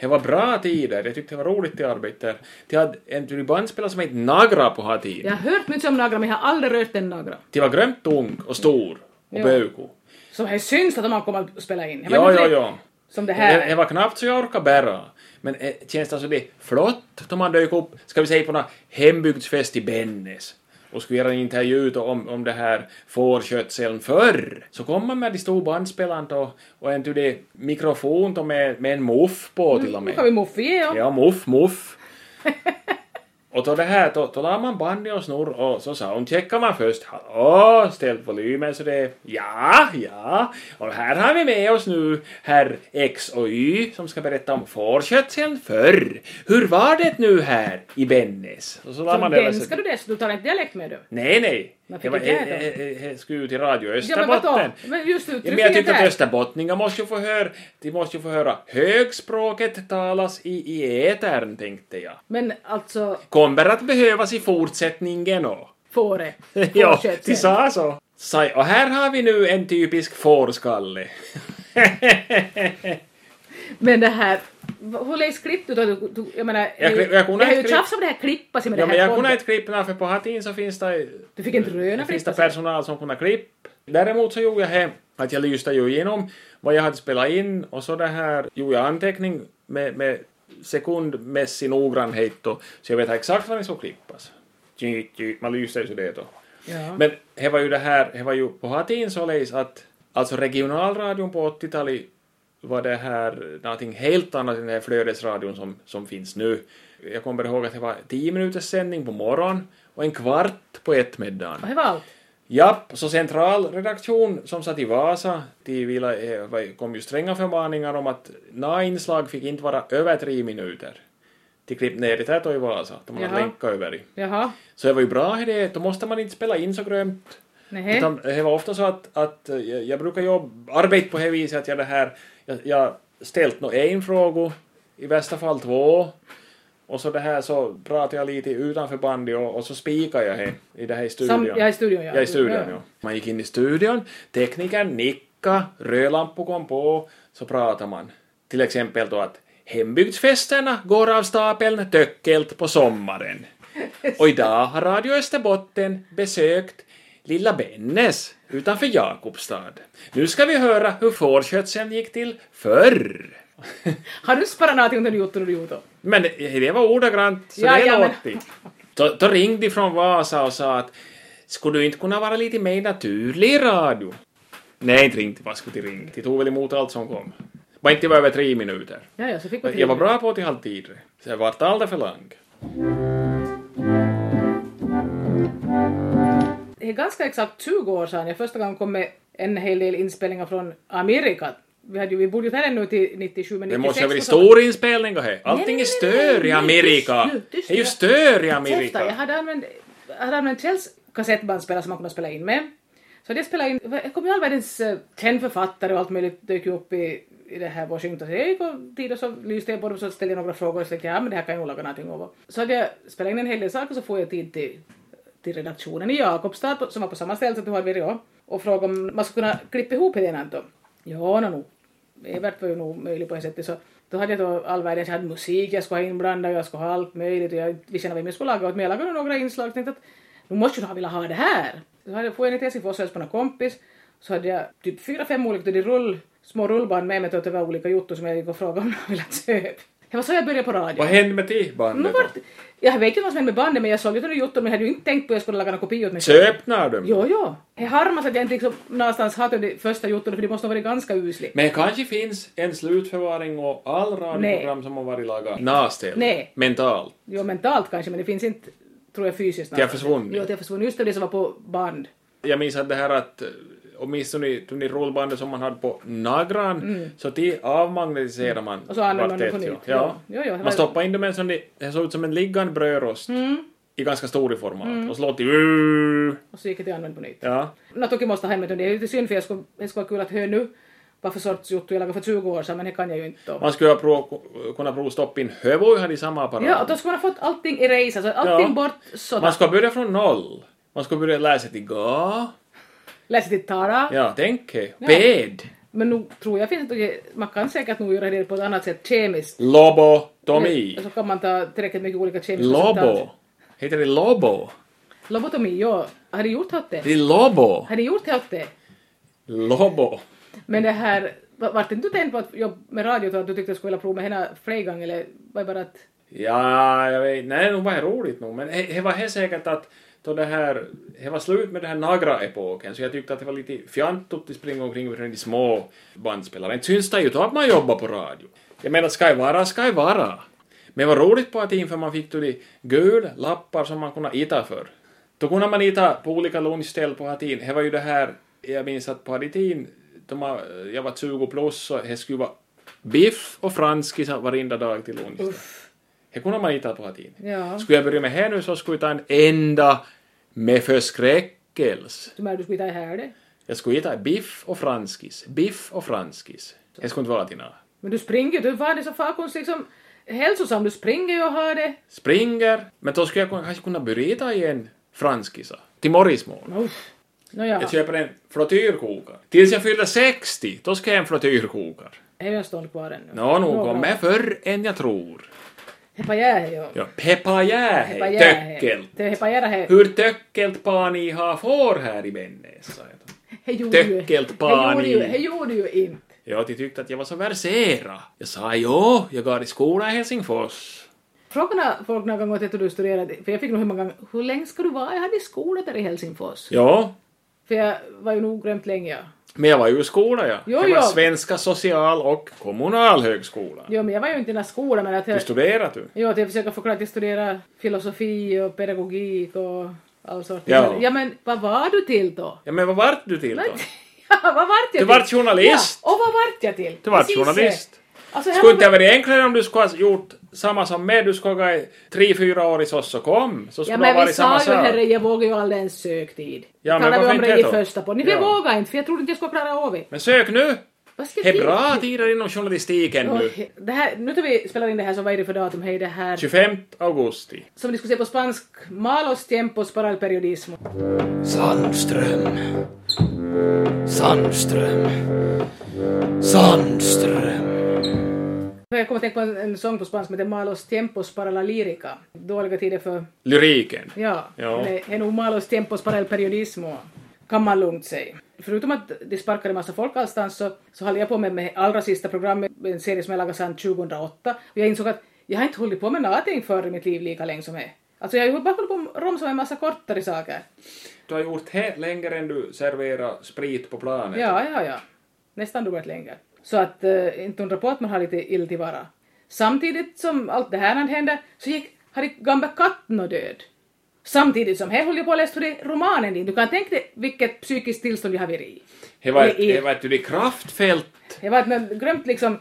B: Det var bra tider, jag tyckte det var roligt i arbetet där. De hade en bandspelare som hette Nagra på Hatin.
A: Jag har hört mycket om Nagra men jag har aldrig rört en Nagra.
B: De var grömt tung och stor och
A: Ja.
B: böko.
A: Så det syns att de har kommit att spela in. Det var
B: Ja,
A: inte
B: ja,
A: direkt
B: ja.
A: Som det
B: Det,
A: här.
B: det var knappt så jag orkade bära. Men eh, känns det alltså det flott då man dök upp, ska vi säga på någon hembygdsfest i Bennes och skulle göra en intervju då om, om det här fårkötseln förr. Så kom man med de stora bandspelaren då och en till det mikrofon då med, med en muff på till och
A: Mm, Nu kan vi
B: med.
A: muffa ge ja.
B: Ja, muff, muff. <laughs> Och då det här, då, då la man bandet och snurr och så soundcheckar man först. Hallå, ställ volymen så det... Ja, ja. Och här har vi med oss nu herr X och Y som ska berätta om fårkötseln förr. Hur var det nu här i Bennes? Och så la
A: Som
B: man det...
A: Benskar du det så du tar inte dialekt med du.
B: Nej, nej.
A: Varför
B: Det var,
A: fick jag det då?
B: eh, eh, eh, skulle ju till Radio
A: Ja men vadå?
B: Österbotten.
A: Men just
B: Ja, men jag
A: uttrycket
B: tycker att
A: där.
B: österbottningar måste ju få höra, de måste ju få höra högspråket talas i, i etern, tänkte jag.
A: Men alltså,
B: Kommer att behövas i fortsättningen och.
A: fåre.
B: <laughs> ja,
A: Fortsätt sen.
B: de sa så. Sa, och här har vi nu en typisk fårskalle.
A: Men det här, hur läs klipp du då? Du, du, jag menar,
B: Jag
A: det-
B: klipp- jag kunde
A: det har ju
B: inte klipp-
A: tjafs om det här klippa sig med
B: ja,
A: det
B: men
A: här
B: jag kunde
A: podden.
B: inte klippa för på Hatin så finns det,
A: Du fick inte röna
B: det finns
A: klippa
B: det
A: sig.
B: personal som kunde klippa. Däremot så gjorde jag hem att jag lyste ju igenom vad jag hade spelat in och så det här gjorde jag anteckning med, med sekundmässig noggrannhet då, så jag vet exakt vad det ska klippas. alltså. Tji, tji, Man lyste ju så det då.
A: Ja.
B: Men det var ju det här, det var ju på Hatin således att alltså regionalradion på 80-talet var det här någonting helt annat än den här flödesradion som, som finns nu. Jag kommer ihåg att det var 10 minuters sändning på morgonen och en kvart på ettermiddagen.
A: Och det var allt.
B: Japp, så centralredaktion som satt i Vasa, de ville, eh, vad- kom ju stränga förmaningar om att några inslag fick inte vara över tre minuter. De klippte ner det här då i Vasa, de hade
A: Jaha.
B: länkat över i.
A: Jaha.
B: Så det var ju bra det, då måste man inte spela in så grömt.
A: Nähä.
B: Utan det var ofta så att, att eh, jag brukar jobba, arbeta på det viset att jag det här, jag, jag ställt nå en fråga, i bästa fall två, och så det här så pratar jag lite utanför bandet och, och så spikar jag det i det här i
A: Sam,
B: studion.
A: ja, i studion, ja.
B: Jag i studion, ja. Man gick in i studion, teknikern nickade, rödlampor kom på, så pratade man. Till exempel då att hembygdsfesterna går av stapeln töckelt
A: <laughs>
B: på sommaren. Och idag har Radio Österbotten besökt Lilla Bennes utanför Jakobstad. Nu ska vi höra hur fårskötseln gick till förr.
A: Har du sparat någonting under jotton och joton?
B: Men det var ordagrant, så
A: Ja,
B: det
A: ja,
B: är
A: men-
B: nåttigt. Då, då ringde de från Vasa och sa att skulle du inte kunna vara lite mer naturlig i radio? Nej, inte ringde vad skulle de ringa? De tog väl emot allt som kom. Var inte var över tre minuter.
A: Ja, ja, så fick vi tre
B: Jag var bra på det i halvtid. Så jag vart aldrig för lång.
A: Det är ganska exakt 20 år sedan jag första gången kom med en hel del inspelningar från Amerika. Vi, hade ju, vi bodde ju här ännu till 97, men 96
B: Det måste ha varit
A: och så-
B: stor inspelning och här. Allting är
A: nej, nej, nej,
B: stör i
A: nej,
B: Amerika.
A: tyst nu, tyst
B: Det är ju
A: nu.
B: stör
A: Käfta,
B: i
A: jag
B: Amerika.
A: hade använt, jag hade använt Kjells kassettbandspelare som man kunde spela in med. Så det spelade in, jag kom ju all världens eh, ten författare och allt möjligt dök ju upp i, i det här Washington. Så jag gick och tid och så lyste jag på dem så ställde jag några frågor och så tänkte jag, ja men det här kan jag nog laga någonting av. Så hade jag spelat in en hel del saker så får jag tid till, till redaktionen i Jakobstad på- som var på samma ställe som du hade varit då och frågade om man skulle kunna klippa ihop det ena då. Ja, nå, nog. Evert var ju nog möjlig på det sättet. Så då hade jag då all världens, jag hade musik, jag skulle ha inblandad och jag skulle ha allt möjligt och jag visste inte vad vi skulle laga åt mig. Jag lagade några inslag och tänkte att nu måste jag ha velat ha det här. Så hade jag, får jag ner till Helsingfors och hälsade på någon kompis så hade jag typ fyra, fem olika de rull, små rullband med mig till att det var olika jotton som jag gick och frågade om de ville köpa. Det var så jag började på radio.
B: Vad hände med
A: Nu
B: T-bandet
A: var
B: då?
A: det- jag vet ju vad som hände med bandet men jag såg ju till de jotton men jag hade ju inte tänkt på att jag skulle laga några kopior åt mig själv.
B: Söpnar de?
A: Jo, jo. Jag harmas att jag inte liksom någonstans hade de första jottorna för de måste ha varit ganska usliga.
B: Men kanske finns en slutförvaring och all radioprogram som har varit lagat nastel.
A: Nej.
B: Mentalt.
A: Jo, mentalt kanske, men det finns inte, tror jag, fysiskt.
B: Det har försvunnit.
A: Jo, det har försvunnit. Just det, det som var på band.
B: Jag minns att det här att eh, åtminstone i de rullbandet som man hade på nagran, så de avmagnetiserade man
A: Mm. Och så använde man dem
B: vart
A: på
B: ett,
A: nytt.
B: Ja.
A: Jo, jo, det var-
B: man stoppade in dem i en sån, det såg ut som en liggande brödrost
A: Mm.
B: i ganska stor format och så låter det ju-
A: Och så gick det till använd på nytt.
B: Ja.
A: Nå, toki måste jag ha hemmet Det är lite synd, för jag skulle, det skulle vara kul att höra nu vad för sorts jotto jag lagade för 20 år sedan, men det kan jag ju inte. då.
B: Man skulle ha prov, kunna provstoppa in Hövoj hade i samma apparat.
A: Ja, och då skulle man ha fått allting i race, alltså allting bort sådär.
B: man ska börja från noll. Man ska börja läsa till ga.
A: Läs till Tara.
B: Ja, tänk er. E Bed.
A: Men nu tror jag finns det, man kan säkert nog göra det på ett annat sätt, kemiskt. Eh,
B: Lobotomi.
A: Så kan man ta tillräckligt mycket olika kemiska
B: Lobo.
A: substanser.
B: Heter det lobo?
A: Lobotomi, ja. Har du gjort allt det?
B: Det är lobo.
A: Har du gjort allt det?
B: Lobo.
A: Men det här, va- vart inte du tänkt på att jobba med radio då, att du tyckte du skulle vilja prova med henne fler gånger eller var det bara att...
B: Ja, jag vet Nej, nog var det roligt nog. Men det var helt säkert att då det här, det var slut med den här Nagra-epoken, så jag tyckte att det var lite fjantigt att springa omkring med de små bandspelarna. Inte syns det ju då att man jobbar på radio. Jag menar, ska det vara, ska det vara. Men det var roligt på att inför man fick då de gula lappar som man kunde ita för. Då kunde man ita på olika lunchställ på Hatin. Det var ju det här, jag minns att på Hatin, då man, jag var 20 plus, så det skulle vara biff och franskisar varenda dag till lunch. Det kunde man hitta på latin.
A: Ja.
B: Skulle jag börja med här nu så skulle jag ta en enda med förskräckelse.
A: Som är du skulle ta här det.
B: Jag skulle hitta biff och franskis, biff och franskis. siis Det skulle inte vara latina.
A: Men du springer ju, du var det så farkonst liksom hälsosam, du springer ju och har det.
B: Springer, men då skulle jag kun- kanske kunna börja hitta igen franskisa. Till morgismål.
A: Uff. Nåja,
B: Jag köper en flottyrkokare. Tills jag fyller 60, då ska jag ha en flottyrkokare.
A: det är ju en stund kvar ännu.
B: Nå, nog
A: Några
B: kommer
A: år.
B: jag förr än jag tror.
A: Hepajää jo.
B: Ja, pepajähe,
A: Hepajää
B: töckelt.
A: Det är hepajää he.
B: Hur töckelt par ni har får här i Vännäs, sa jag då.
A: He gjorde ju.
B: Töckelt
A: He gjorde ju,
B: pani.
A: he gjorde ju inte.
B: Ja, de tyckte att jag var så verserad. Jag sa ja, jag går i skola i Helsingfors.
A: Frågade folk någon gång åt dig då du studerade, för jag fick nog hur många gånger, hur länge ska du vara? Jag hade skola där i Helsingfors.
B: Ja,
A: För jag var ju nog grymt länge ja.
B: men jag var ju i skola, ja.
A: Jo,
B: det var
A: jo.
B: Svenska social och kommunalhögskolan.
A: Jo, men jag var ju inte i den här skolan men att jag...
B: Du studerade du?
A: Jo, att jag försöker förklara att jag studerar filosofi och pedagogik och all sorts.
B: Ja.
A: ja, men vad var du till då?
B: Ja, men vad vart du till då?
A: <laughs> ja, vad vart jag
B: Du
A: till?
B: vart journalist.
A: Ja, och vad vart jag till?
B: Du vart
A: Precis
B: journalist.
A: det. Alltså, här
B: Skulle
A: har
B: inte det varit enklare om du skulle ha gjort samma som mig? Du skulle ha gått tre, fyra år i SOS och kom. Så
A: Ja
B: skulle det ha
A: men vi
B: varit samma
A: sa ju
B: sak.
A: herre, jag vågar ju aldrig ens sök tid.
B: Ja, men
A: Kallar vi
B: varför
A: om
B: inte
A: det i
B: då?
A: första på. Nej,
B: Ja.
A: jag vågar inte för jag trodde inte jag skulle klara av det.
B: Men sök nu!
A: Vad ska
B: Det
A: till?
B: är bra tider inom journalistiken nu.
A: Oj, det här, nu tar vi spelar in det här så vad är det för datum? Hej det här
B: 25 augusti.
A: som ni skulle se på spansk Malos tiempos para el periodismo.
C: Sandström. Sandström. Sandström.
A: Jag kommer att tänka på en, en sång på spanska som heter Malos tiempos para la lirica. Dåliga tider för,
B: Lyriken.
A: ja,
B: Ja.
A: eller är nog Malos tiempos para el periodismo. Kan man lugnt säga. Förutom att de sparkade massa folk allstans så, så höll jag på med, med allra sista programmet, en serie som jag lagade sedan 2008. Och jag insåg att jag har inte hållit på med någonting förr i mitt liv lika länge som jag. Alltså jag har ju bara hållit på med romsa med en massa kortare saker.
B: Du har gjort det längre än du serverar sprit på planet.
A: Ja, ja, ja. Nästan dubbelt längre. Så att eh, inte undra på att man har lite ill till vara. Samtidigt som allt det här hände så gick, hade gamla katten och död. Samtidigt som här höll jag på att läsa hur det romanen din. Du kan tänka dig vilket psykiskt tillstånd jag har varit i.
B: Det var ett,
A: Det är-
B: det var ett, det är kraftfält.
A: Det var ett men, grömt liksom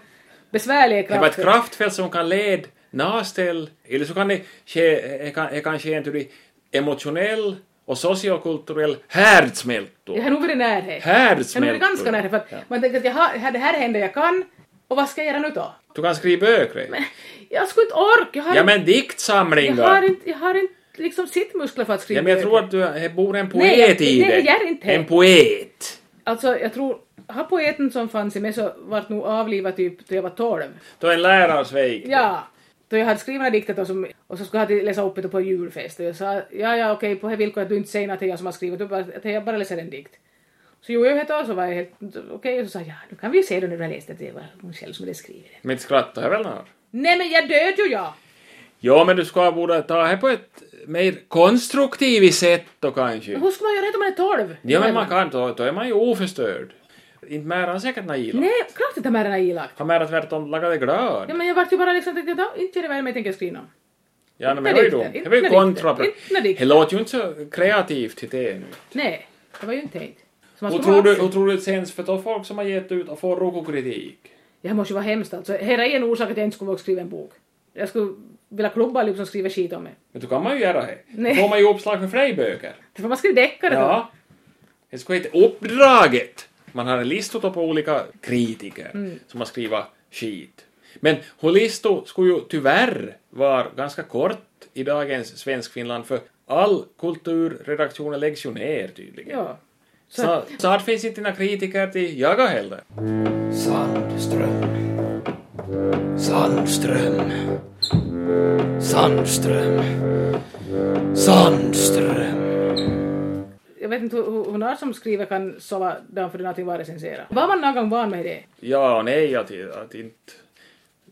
A: besvärliga
B: Det var ett
A: krafter.
B: kraftfält som kan leda naställ. Eller så kan det ske, det kan, det kan ske en tydlig emotionell och sociokulturell härdsmälta.
A: Jag har nog varit nära det. Jag har nog
B: Härdsmälta.
A: varit ganska nära för att man tänkte att jag har, det här händer jag kan och vad ska jag göra nu då?
B: Du kan skriva böcker.
A: Jag skulle inte orka. Jag har,
B: Ja men
A: jag har,
B: diktsamlingar.
A: inte, jag har inte liksom sittmuskler för att skriva
B: Ja, men jag
A: böcker.
B: tror att du, det bor en
A: Nej, jag-
B: poet i
A: nej,
B: det.
A: jag gör inte det.
B: En poet.
A: Alltså jag tror, har poeten som fanns i mig så vart nog avlivad typ då jag var 12.
B: Då en lärarsvejk.
A: Ja. Då jag hade skrivit den här diktet och, som, och så skulle jag till- läsa upp det på julfest och jag sa ja ja okej på det villkoret att du inte säger något till jag som har skrivit upp att jag bara läser en dikt. Så gjorde jag det och så var jag helt okej och så sa jag ja nu kan vi ju se då när du har läst det, det var hon själv som hade skrivit det.
B: Mitt skratt är väl när.
A: Nej men jag död ju jag!
B: Ja, men du ska borde ta det på ett mer konstruktivt sätt då kanske.
A: Hur ska man göra det om man är 12?
B: Ja, men man kan, då, då är man ju oförstörd. Inte mer än säkert naiv.
A: Nej, klart inte mer än elakt.
B: Har mer tvärtom lagat dig glad.
A: Ja men jag vart ju bara liksom tänkte ja, inte gör det vad jag tänker skriva om.
B: Ja, men det
A: inte
B: var ju
A: dikter,
B: dumt. Det
A: inte
B: var ju
A: dikter,
B: kontra...
A: inte dikter.
B: Det låter ju inte så kreativt till det nu.
A: Nej, det var ju inte tänkt. Så man
B: Hur
A: skulle vara
B: tror du,
A: axel.
B: hur tror du det känns för de folk som har gett ut och får rokokritik?
A: Det här måste ju vara hemskt alltså. Här är en orsak att jag inte skulle våga skriva en bok. Jag skulle vilja klubba alla som skriver skit om mig.
B: Men då kan man ju göra det. Då
A: Nej.
B: får man ju uppslag för fler böcker.
A: Det får man skriva deckare då.
B: Ja. Det skulle heta Uppdraget. Man har en lista på olika kritiker som har skrivit skit. Men hur listor skulle ju tyvärr vara ganska kort i dagens Svenskfinland för all kulturredaktion läggs ju ner tydligen.
A: Ja.
B: så, så, att finns inte några kritiker till jaga heller.
C: Sandström. Sandström. Sandström. Sandström.
A: Jag vet inte hur, hur hur några som skriver kan sova dagen för någonting var recensera. Var man någon gång van med det?
B: Ja och nej, att, att inte,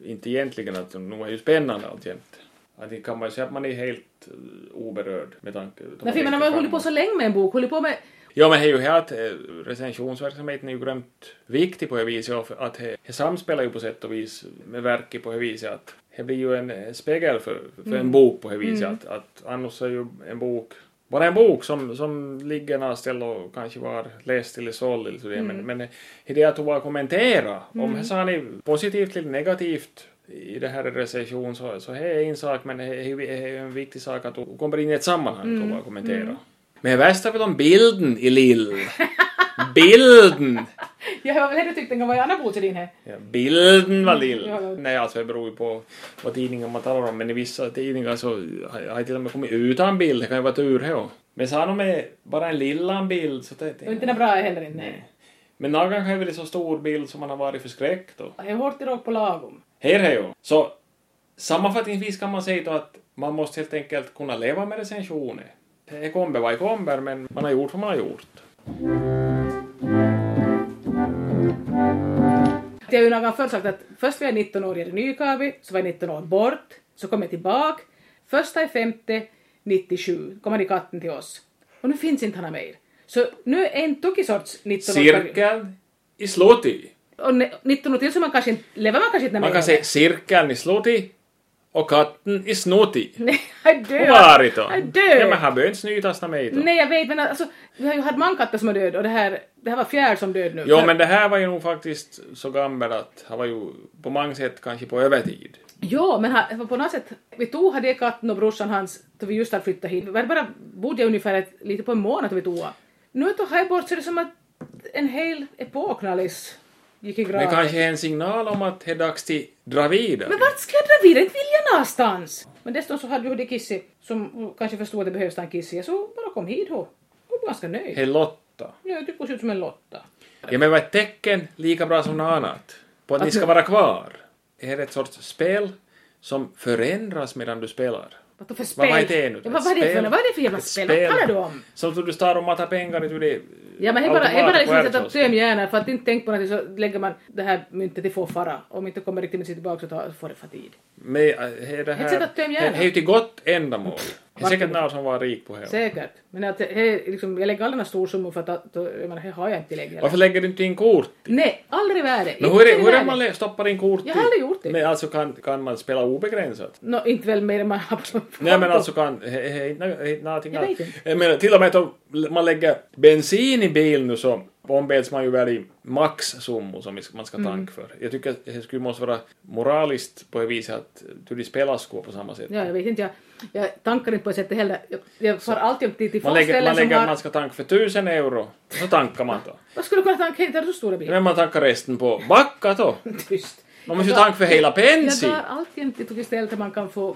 B: inte egentligen att nu är ju spännande alltjämt. Att inte kan man ju säga att man är helt eh, oberörd med tanke...
A: Nej, för man har hållit på så länge med en bok, hållit på med... <laughs>
B: Ja, men det är ju här att eh, recensionsverksamheten är ju grymt viktig på det viset och att det det samspelar ju på sätt och vis med verket på det viset att det blir ju en eh, spegel för, för en bok på det viset att, att annars är ju en bok bara en bok som, som ligger någonstans och kanske var läst eller såld eller så det. men, men i det att hon bara kommentera om det sa ni positivt eller negativt i det här recension så, så det är en sak men det är ju- det är ju en viktig sak att hon kommer in i ett sammanhang och bara kommentera. Men värst är väl om bilden i lill. Bilden!
A: Jag har väl hellre tyckt en gång var jag annan bok till din här.
B: Ja, bilden var lill.
A: Ja, ja.
B: Nej, alltså det beror ju på vad tidningar man talar om, men i vissa tidningar så har har jag till och med kommit utan bild. Det kan ju vara tur här. Men så har de med bara en lillan bild. Så det,
A: Och inte den bra är heller inte. Nej.
B: Men någon gång har väl en så stor bild som man har varit förskräckt då.
A: Jag har hårt i rock på lagom.
B: Här är ju. Så sammanfattningsvis kan man säga då att man måste helt enkelt kunna leva med recensioner. Det kommer vad det kommer, men man har gjort vad man har gjort.
A: Jag har ju någon gång förr sagt att först var jag 19 år i Nykavi, så var jag 19 år bort, så kom jag tillbaka. Första i femte 97 kom han i katten till oss. Och nu finns inte han mer. Så nu är en tokig sorts 19 år.
B: Cirkeln i slottet.
A: Och ne- 19 år till så man kanske inte, lever man kanske inte
B: Man
A: mer.
B: kan säga cirkeln i slottet Och katten är snotig.
A: Nej, jag dör.
B: Hon varit då?
A: Jag dör.
B: Ja, men han behöver inte snytas med mig då.
A: Nej, jag vet, men alltså, vi har ju haft mankatter som är död och det här, det här var fjäril som död nu.
B: Jo, men det här var ju nog faktiskt så gammal att han var ju på många sätt kanske på övertid.
A: Jo, men han, på något sätt, vi tog hade katten och brorsan hans då vi just hade flyttat hit. Vi hade bara bodde jag ungefär ett, lite på en månad då vi tog Nu tog jag bort så är det som att en hel epok Nallis gick i graven.
B: Men kanske en signal om att det är dags till dra vidare.
A: Men vart ska jag dra vidare? Inte vill jag någonstans! Men dessutom så hade vi det Kissi som kanske förstod att det behövs en Kissi så bara kom hit då. Hon var ganska nöjd.
B: Hej Lotta.
A: Ja, jag tycker hon ser ut som en Lotta.
B: Ja, men vad är ett tecken lika bra som något annat på att
A: Att
B: ni ska
A: nu-
B: vara kvar? Är det ett sorts spel som förändras medan du spelar?
A: Vad då för spel?
B: Vad var det nu?
A: Ja, vad var det för,
B: Spel.
A: vad är det för jävla
B: Ett
A: spel? Vad talar du om?
B: Som du tar och matar pengar i det
A: Ja men det är bara, det är bara
B: automater
A: liksom
B: på
A: att sätta
B: Ertholts.
A: töm hjärnan för att inte tänka på någonting så lägger man det här myntet i fåfara. Om inte kommer riktigt med sig tillbaka så tar, får det fatid.
B: Men äh, är det här...
A: sätt att tömma
B: det- det är ju till gott ändamål. Det är säkert någon som var rik på det.
A: Säkert. Men att, det är liksom, jag lägger aldrig några storsummor för att att- jag menar, det har jag inte längre.
B: Varför lägger du inte in kort?
A: Nej, aldrig i världen.
B: Men hur är
A: Inte i
B: det, hur är det
A: världen.
B: man lä- stoppar in kort?
A: Jag
B: i?
A: har aldrig gjort det.
B: Men alltså kan, kan man spela obegränsat?
A: Nå, inte väl mer än man har på
B: Nej men alltså kan... he- he- inte- inte någonting
A: Jag vet
B: annat.
A: inte.
B: Jag menar till och med om man lägger bensin i bil nu så ombeds man ju väl i maxsummor som man ska
A: Mm.
B: tanka för. Jag tycker att det skulle måste vara moraliskt på det viset att du spelar skor på samma sätt.
A: Ja, jag vet inte, jag, jag tankar inte på det sättet heller. Jag, jag far alltid till, till
B: Man
A: folk
B: lägger, man
A: ställen som
B: lägger att
A: har...
B: man ska tanka för tusen euro, så tankar man då.
A: Vad skulle du kunna tanka? Inte har du så stora bilar?
B: Men man tankar resten på backa då.
A: Tyst.
B: Man måste ju
A: Jag drar-
B: tanka för hela
A: Jag
B: pensin.
A: drar alltid till ett ställe där man kan få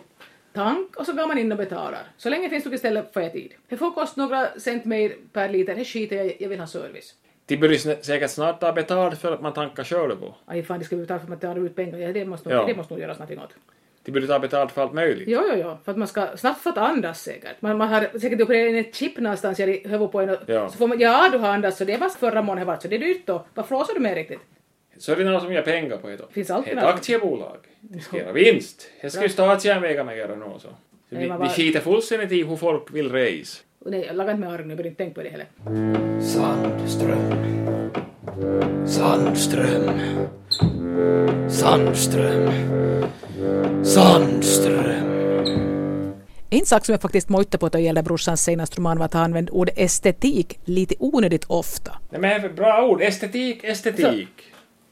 A: tank och så går man in och betalar. Så länge det finns något ställe får jag tid. Det får kosta några cent mer per liter, det skiter jag i. jag vill ha service.
B: De borde sn- säkert snart ha betalt för att man tankar själv på.
A: Aj fan, det ska vi betala för att man tar ut pengar, ja, det, måste nog,
B: Ja.
A: det måste nog göras någonting åt.
B: De borde ta betalt för allt möjligt.
A: Jo, jo, jo, för att man ska snabbt för att andas säkert. Man, man har säkert opererat in ett chip någonstans här i huvudet på en och,
B: Ja.
A: så får man, ja du har andats så det var förra månaden vart så det är dyrt då. Vad flåsar du med riktigt?
B: Så är det någon som ger pengar på det då.
A: Finns alltid
B: Ett
A: någon.
B: aktiebolag. Det ska göra vinst. Det ska ju statsjärnvägarna göra nu så. Så
A: Nej,
B: de,
A: man
B: de
A: bara-
B: skiter fullständigt i hur folk vill resa.
A: Och nej, jag lagar inte mig arg nu, jag behöver inte tänka på det heller.
C: Sandström. Sandström. Sandström. Sandström.
D: En sak som jag faktiskt mojtade på då det gällde brorsans senaste roman var att han använde ordet estetik lite onödigt ofta.
B: Nej men det är bra ord. Estetik, estetik.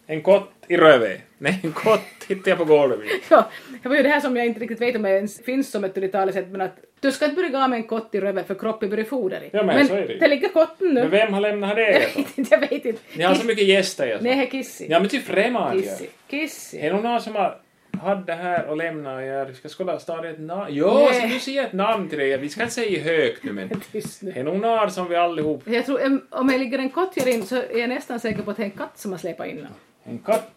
B: En kott i röve. Nej, en kott hittar jag på golvet.
A: Ja, det var ju det här som jag inte riktigt vet om det ens finns som ett uttalat sätt, men att du ska inte börja gå med en kott i röven för kroppen börjar foder i.
B: Ja, men så är det ju.
A: det ligger kotten nu.
B: Men vem har lämnat det?
A: jag
B: då?
A: vet inte, jag vet inte.
B: Ni har så mycket gäster jag sa.
A: Nej, det är kissi.
B: Ja men till främmande.
A: kissi.
B: Är
A: Kissi.
B: det någon som har hade det här och lämnat er? Vi ska kolla stadiet namn. Jo,
A: Nej.
B: ska du säga ett namn till det? Vi ska inte säga
A: <laughs>
B: högt nu men.
A: Tyst nu.
B: Det är nog någon som vi allihop.
A: Jag tror, em, om jag ligger en kott här in så är jag nästan säker på att det är en katt som har släpat in den.
B: En katt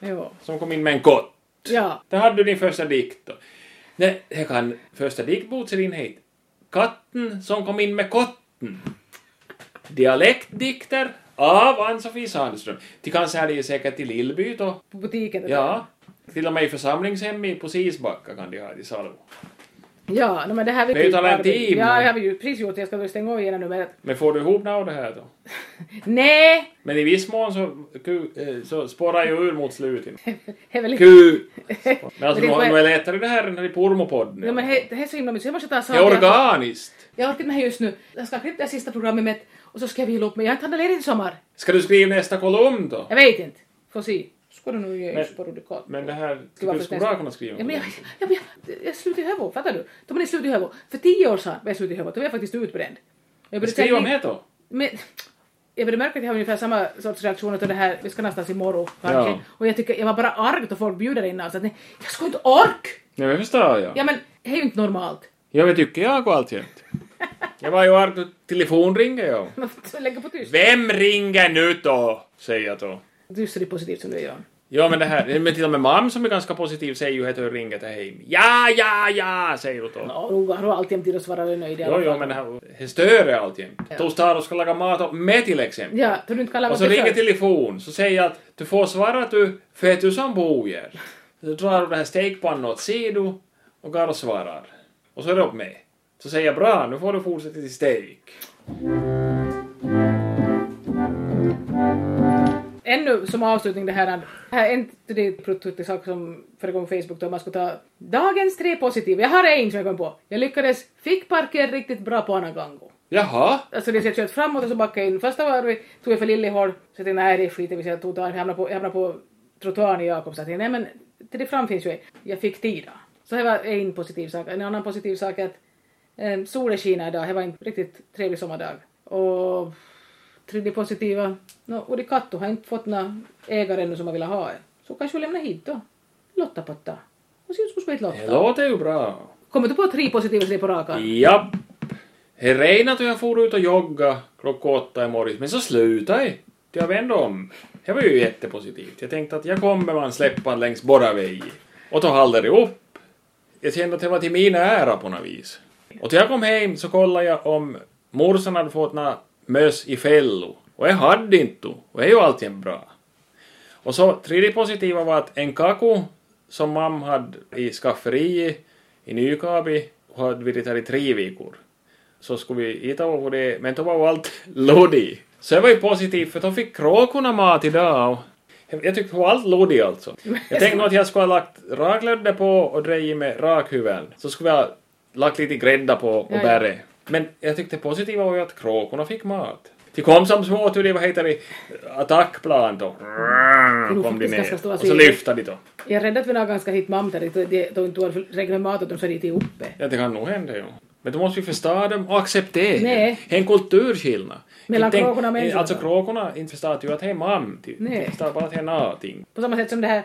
A: Jo.
B: som kom in med en kott.
A: Ja.
B: Där hade du din första dikt då. Nej, jag kan första diktbok se din hit. Katten som kom in med kotten. Dialektdikter av Ann-Sofie Sandström. De kan sälja säkert i Lillby då.
A: På butiken.
B: Ja. Till och med i församlingshemmet på Sisbacka kan de ha det i Salvo.
A: Ja, no, men det här vi
B: Det är ju talantim.
A: Ja, det har vi ju precis gjort. Jag ska väl stänga av igen nu. Men att,
B: Men får du ihop något av det här då?
A: nej!
B: Men i viss mån så, ku, eh, så spårar jag ur mot slutet.
A: Det är väl inte... <laughs>
B: Ku! Men
A: Men
B: alltså,
A: det
B: nu
A: får-
B: är det lättare det här än i Pormopodden.
A: Ja, men det det är så himla mysigt. Jag måste ta
B: det är organiskt.
A: Jag har alltid med här just nu. Jag ska klippa det här sista programmet med och så ska jag vila upp mig. Jag har inte handlat ledigt i sommar.
B: Ska du skriva nästa kolumn då?
A: Jag vet inte. Får se. Ska du nog ge
B: Men-
A: oss på rudikat.
B: Men det här,
A: Ska vara
B: du
A: förresten.
B: skulle bra kunna skriva
A: Ja, men jag,
B: kolumn.
A: jag, jag, jag, jag slutade i Hövo, fattar du? Då man är slut i Hövo. För tio år sedan var jag slut i Hövo, då var jag faktiskt utbränd. Jag började
B: Skriv
A: säga-
B: om det då.
A: Men, jag började märka att jag har ungefär samma sorts reaktioner till det här, vi ska någonstans imorgon kanske.
B: Ja.
A: Och jag tycker, jag var bara arg då folk bjuder in oss. att nej, Jag skulle inte ork!
B: Nej men förstår jag.
A: Ja men, det är ju inte normalt.
B: Jag vet tycker jag och alltjämt. jag var ju arg, telefon ringer jag.
A: Man får <laughs> lägga på tyst.
B: Vem ringer nu då? Säger jag då.
A: Du är så positivt som du är, Jan.
B: Ja men det här, men till och med mam som är ganska positiv säger ju att hon ringer till hem. Ja, ja, ja, säger hon då.
A: Ja, Roger har alltid tid att svara nöjd i alla
B: Jo, jo,
A: fall.
B: men det här, det stör är alltjämt. Tostar och ska laga mat åt mig till exempel.
A: Ja, då du inte kan laga
B: Och så
A: till
B: ringer
A: själv.
B: telefon, så säger jag att du får svara du, för att du som bojer. Så drar du den här stekpannan åt sidan och går och svarar. Och så är det upp med. Så säger jag bra, nu får du fortsätta till stek.
A: ännu som avslutning det här, här är inte det prototypiska sak som förekom på Facebook då man skulle ta dagens tre positiva. Jag har en som jag kom på. Jag lyckades, fick parkera riktigt bra på Anagango.
B: Jaha,
A: Alltså det är så jag kört framåt och så backade jag in. Första varvet tog jag för lillehåll, så jag tänkte nej det skiter vi i, så jag tog tag, jag hamnade på, jag hamnade på trottoaren i Jakob så jag tänkte, nej men till det fram finns ju en. Jag fick tid då. Så det var en positiv sak. En annan positiv sak är att eh, solen skiner idag, det var en riktigt trevlig sommardag. Och tredje positiva, no, Uri Kattu har inte fått några ägare ännu som man vill ha. Så kanske vi lämnar hit då. Lotta Patta. Och sen skulle vi spela
B: det
A: Lotta.
B: låter ju bra.
A: Kommer du på tre positiva sidor på raka?
B: Japp. Det regnade och jag for ut och jogga klockan åtta i morse, men så slutade jag. Så Jag vände om. Det var ju jättepositivt. Jag tänkte att jag kommer man släppa längs båda vägen. Och då håller det upp. Jag kände att det var till min ära på något vis. Och till jag kom hem så kollade jag om morsan hade fått några möss i fällo. Och jag hade inte. Och det är ju alltid bra. Och så tredje positiva var att en kaku som mamma hade i skafferiet i Nykabi hade vi det här i tre veckor. Så skulle vi hitta på det, men då var allt <laughs> loddig. Så det var ju positivt för då fick kråkorna mat idag. och Jag tyckte det var allt loddig alltså. Jag tänkte nog att jag skulle ha lagt raklödde på och drejit med rakhyveln. Så skulle jag ha lagt lite grädda på och
A: Ja, ja.
B: bäre. Men jag tyckte det positiva var ju att kråkorna fick mat. De kom som små till det, vad heter det, attackplan då.
A: nog
B: Kom de
A: faktiskt ganska
B: ner.
A: stora
B: Och så
A: sidor.
B: lyfte de då.
A: Jag är rädd att vi har ganska hit mamma där det- det- de inte har regler med mat åt dem så är det inte uppe.
B: Ja, det kan nog hända ju. Men då måste vi förstå dem och acceptera.
A: Nej.
B: Det är en kulturskillnad.
A: Mellan
B: Inte tänk-
A: kråkorna och människorna.
B: Alltså kråkorna inte förstår ju att det är mam. De
A: Nej.
B: de förstår bara att det är någonting.
A: På samma sätt som det här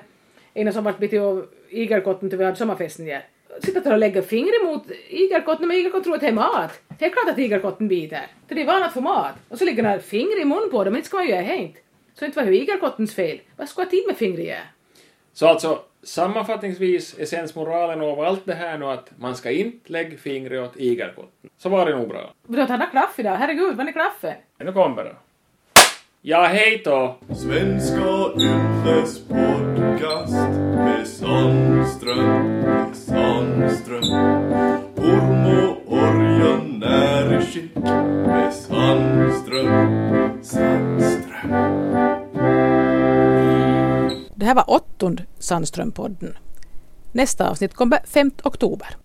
A: ena som vart bitit av igelkotten till vi hade sommarfesten där. Sitter där och lägger fingret mot igelkotten men igelkotten tror att det är mat. Det är klart att igelkotten biter. För det är vanat för mat. Och så ligger den här fingret i mun på dem, men inte ska man göra det inte. Så inte var det igelkottens fel. Vad ska jag tid med fingret göra?
B: Så alltså, sammanfattningsvis är sensmoralen av allt det här nu att man ska inte lägga fingret åt igelkotten. Så var det nog bra.
A: Men han har klaff idag, herregud, var är klaffen?
B: Men nu kommer det. Ja, hej då!
E: Svenska Yles podcast med Sandström, med Sandström. Orm och Örjan är i skick med Sandström, Sandström.
D: Det här var åttonde Sandström-podden. Nästa avsnitt kommer 5 oktober.